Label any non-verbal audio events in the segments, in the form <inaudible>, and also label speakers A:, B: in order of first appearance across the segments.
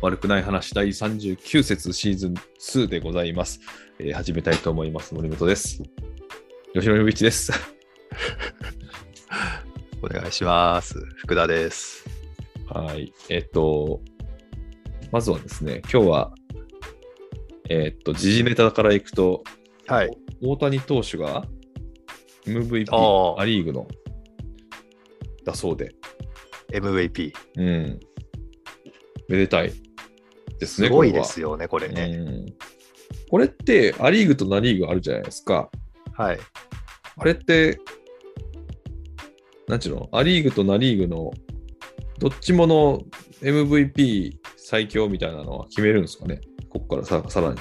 A: 悪くない話第39節シーズン2でございます。えー始めたいと思います。森本です。吉野由一です。 <laughs>
B: お願いします。福田です。
A: はい。えっと、まずはですね、今日は、えっと、時事ネタからいくと、
B: はい。
A: 大谷投手が MVP、
B: あー
A: ア・リーグの、だそうで、
B: MVP。
A: うん。めでたいですね、
B: すご
A: これ
B: いで
A: は
B: すよね、これね。
A: うんこれってア・リーグとナ・リーグあるじゃないですか。
B: はい。
A: あれって、なんちゅうの、ア・リーグとナ・リーグのどっちもの MVP 最強みたいなのは決めるんですかね。ここからささらに。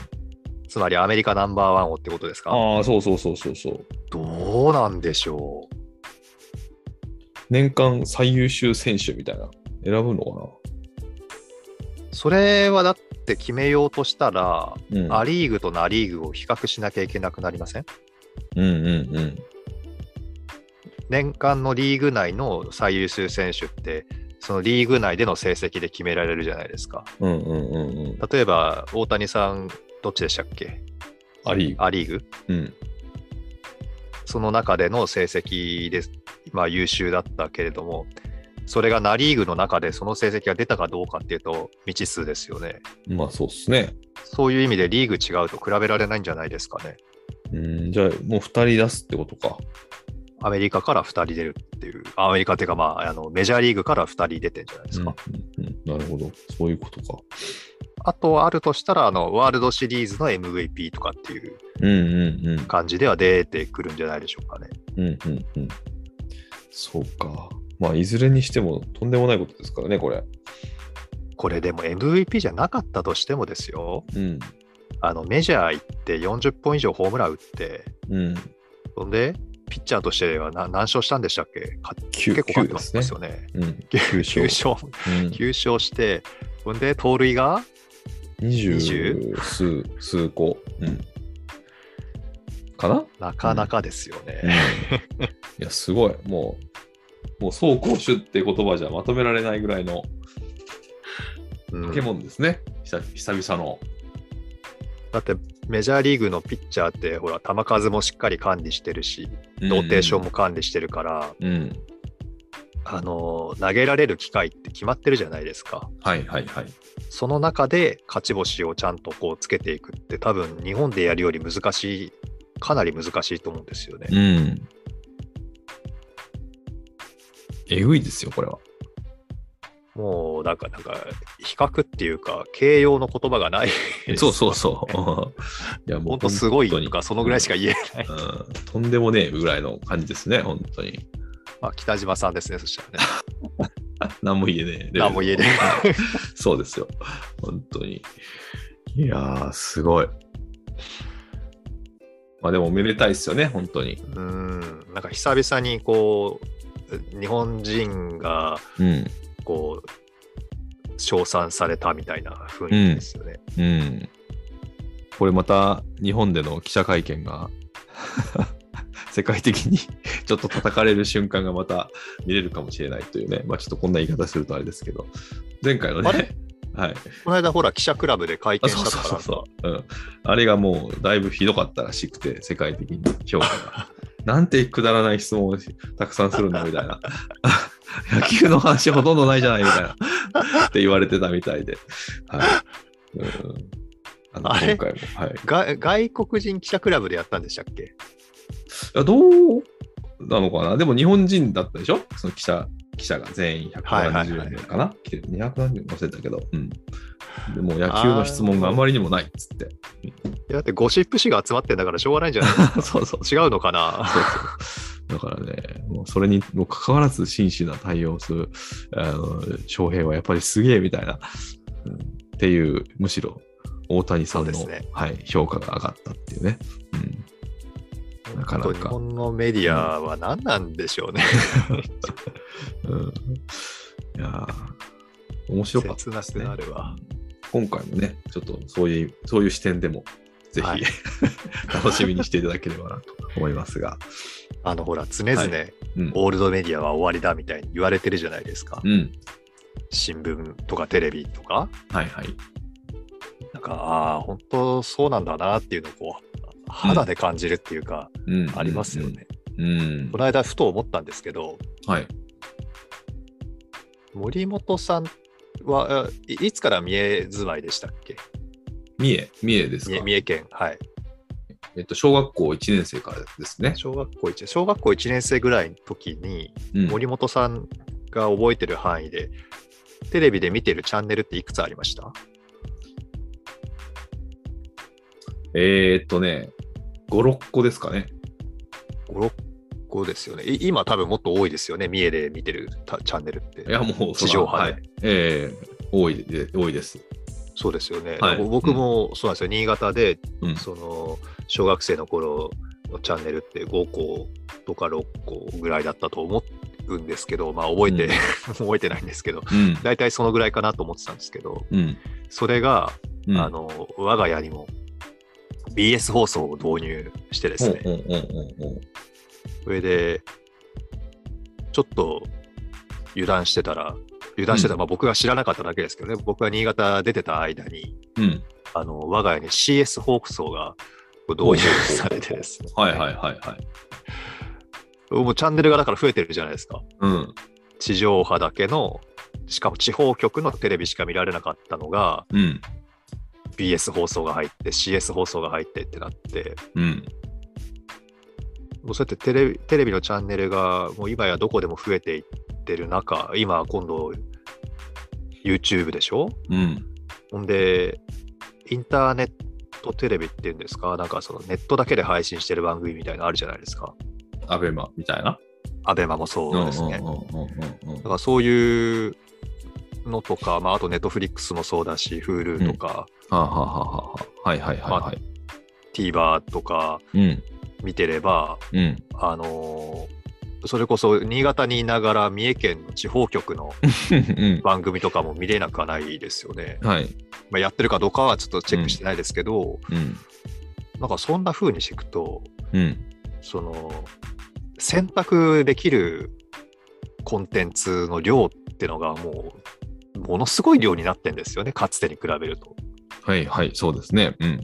B: つまりアメリカナンバーワンをってことですか
A: ああ、そうそうそうそうそう。
B: どうなんでしょう。
A: 年間最優秀選手みたいな。選ぶの
B: それはだって決めようとしたら、
A: かな、うん、
B: ア・リーグとナ・リーグを比較しなきゃいけなくなりません
A: うんうんうん。
B: 年間のリーグ内の最優秀選手って、そのリーグ内での成績で決められるじゃないですか。
A: うんうんうんうん。
B: 例えば、大谷さん、どっちでしたっけ
A: ア・リーグ。
B: ア・リーグ
A: うん。
B: その中での成績で、まあ、優秀だったけれども、それがナ・リーグの中でその成績が出たかどうかっていうと、未知数ですよね。
A: まあそうっすね。
B: そういう意味でリーグ違うと比べられないんじゃないですかね。
A: うん、じゃあもう2人出すってことか。
B: アメリカから2人出るっていう、アメリカっていうか、まあ、あのメジャーリーグから2人出てんじゃないですか。
A: うんうんうん、なるほど。そういうことか。
B: あとはあるとしたらあの、ワールドシリーズの MVP とかっていう
A: うんうんうん。
B: 感じでは出てくるんじゃないでしょうかね。
A: うんうんうん。そうか。まあ、いずれにしてもとんでもないことですからね、これ。
B: これでも MVP じゃなかったとしてもですよ、
A: うん。
B: あのメジャー行って40本以上ホームラン打って、
A: うん。
B: そんで、ピッチャーとしてはな何勝したんでしたっけか
A: 9
B: 結構勝って
A: で
B: ますす
A: ね。
B: よね。
A: うん。
B: 9
A: 9勝。
B: 勝、
A: うん
B: 9勝して、そんで、盗塁が
A: 20数、数個。うん。かな、うん、い
B: なかなかですよね。
A: や、すごい。もう、もう、走攻手って言葉じゃまとめられないぐらいの
B: うん
A: ポケモンですね。久久々の。
B: だって、メジャーリーグのピッチャーって、ほら、球数もしっかり管理してるし、ローテーションも。管理してるから、
A: うん。
B: あのー投げられる機会って決まってるじゃないですか。
A: はいはいはい。
B: その中で勝ち星をちゃんとこうつけていくって、多分日本でやるより難しい、かなり難しいと思うんですよね。
A: うん。えぐいですよ、これは。
B: もうなんか、なんか、比較っていうか、形容の言葉
A: <laughs>
B: がない。
A: そうそうそう。 <laughs> いや、もう
B: 本当すごい
A: 本当に
B: とか、そのぐらいしか言えない。
A: うんとんでもねえぐらいの感じですね、本当に。
B: まあ、北島さんですね、そしたらね。
A: 何も言えねえ。
B: 何も言えねえ。
A: そうですよ。本当に。いやー、すごい。まあでも、おめでたいですよね、本当に。 <laughs>
B: うん、なんか久々にこう、日本人が
A: うん。
B: こう、称賛されたみたいな雰囲気ですよね。
A: うん。これまた、日本での記者会見が、 <laughs> 世界的に <laughs> ちょっと叩かれる瞬間がまた見れるかもしれないというね。まあちょっとこんな言い方するとあれですけど、前回の
B: あ
A: ね
B: れ、
A: はい。
B: この間、ほら、記者クラブで会
A: あ
B: 見
A: そ
B: し
A: う
B: た
A: そう
B: か
A: そ
B: ら
A: う、そう、うん。あれがもうだいぶひどかったらしくて、世界的に評価が。なんてくだらない質問をしたくさんするんだみたいな。 <laughs> 野球の話ほとんどないじゃないみたいな。って言われてたみたいで。はい。うん、あの
B: あれ
A: 今回も。はい、い
B: が外国人記者クラブでやったんでしたっけ
A: やどうなのかなでも日本人だったでしょその記者記者が全員170名かな、来てる270名忘れたけど。うん。でもう野球の質問があまりにもないっつって。
B: いやだってゴシップ誌が集まってんだからしょうがないんじゃない
A: <laughs> そうそう。 <laughs>
B: 違うのかな
A: そうそう。だからね、もうそれにもかかわらず真摯な対応をする、あの、翔平はやっぱりすげえみたいな、うんっていう、むしろ大谷さんの、
B: そうですね
A: はい、評価が上がったっていうね。うん、なかなか
B: 本当日本のメディアは何なんでしょうね。
A: うん、いやー面白かった
B: 切な
A: です
B: く
A: ね
B: な。るわ。
A: 今回もね、ちょっとそういう、そういう視点でも、ぜひ、
B: はい
A: <laughs> 楽しみにしていただければなと思いますが。
B: あのほら、常々、
A: うん。
B: オールドメディアは終わりだみたいに言われてるじゃないですか。
A: うん。
B: 新聞とかテレビとか、
A: はいはい。
B: なんか、ああ、本当そうなんだなっていうのをこう、肌で感じるっていうか、
A: うん
B: ありますよね。
A: うん
B: こ。の間、ふと思ったんですけど、
A: はい。
B: 森本さんは、あいいつから三重住まいでしたっけ
A: 三重、三重です
B: 三重
A: か。
B: 三重県、はい。
A: えっと、小学校1年生からですね。
B: 小学校1、小学校1年生ぐらいの時に、
A: うん
B: 森本さんが覚えてる範囲で、テレビで見てるチャンネルっていくつありました
A: えーっとね、5、6個ですかね。
B: ?5、6個ですよね。い今多分もっと多いですよね。三重で見てるたチャンネルって
A: い。や、もう、そ
B: 地
A: ら
B: 上波
A: は
B: で
A: い。ええ多いで、多いです。
B: そうですよね。
A: はい
B: なんか僕もそうなんですよ。新潟で、
A: うん
B: その、小学生の頃のチャンネルって5個とか6個ぐらいだったと思うんですけど、まあ覚えて、
A: うん
B: <laughs> 覚えてないんですけど、
A: うん。
B: 大体そのぐらいかなと思ってたんですけど、
A: うん。
B: それが、
A: うん
B: あ、の、我が家にも BS 放送を導入してですね、
A: うんうんうんうんうん。
B: それで、ちょっと油断してたら、油断してたら、まあ僕が知らなかっただけですけどね、僕が新潟出てた間に、
A: うん。
B: あの、我が家に CS 放送がこう導入されてですね。
A: はいはいはいはい。
B: もうチャンネルがだから増えてるじゃないですか。
A: うん。
B: 地上波だけの、しかも地方局のテレビしか見られなかったのが、
A: うん。
B: BS 放送が入って、CS 放送が入ってってなって、
A: うん。
B: もうそうやってテレビテレビのチャンネルがもう今やどこでも増えていってる中、今今度 YouTube でしょ
A: うん。
B: ほんで、インターネットテレビっていうんですか、なんかそのネットだけで配信してる番組みたいなのあるじゃないですか。
A: アベマみたいな。
B: アベマもそうですね。
A: ん
B: だ
A: うんうんうんうん
B: からそういうのとか、まあ、あとネットフリックスもそうだし、Hulu とか、
A: はあはあはあはあはいはいはいはい。
B: TVer とか
A: うん。
B: 見てれば、
A: うん。
B: あのーそれこそ新潟にいながら三重県の地方局の
A: うん。 <laughs>
B: 番組とかも見れなくはないですよね。
A: はい。
B: まあ、やってるかどうかはちょっとチェックしてないですけど、
A: うん。
B: なんかそんな風にしていくと、
A: うん。
B: その選択できるコンテンツの量ってのがもうものすごい量になってんですよねかつてに比べると。
A: はいはい。そうですね。うん。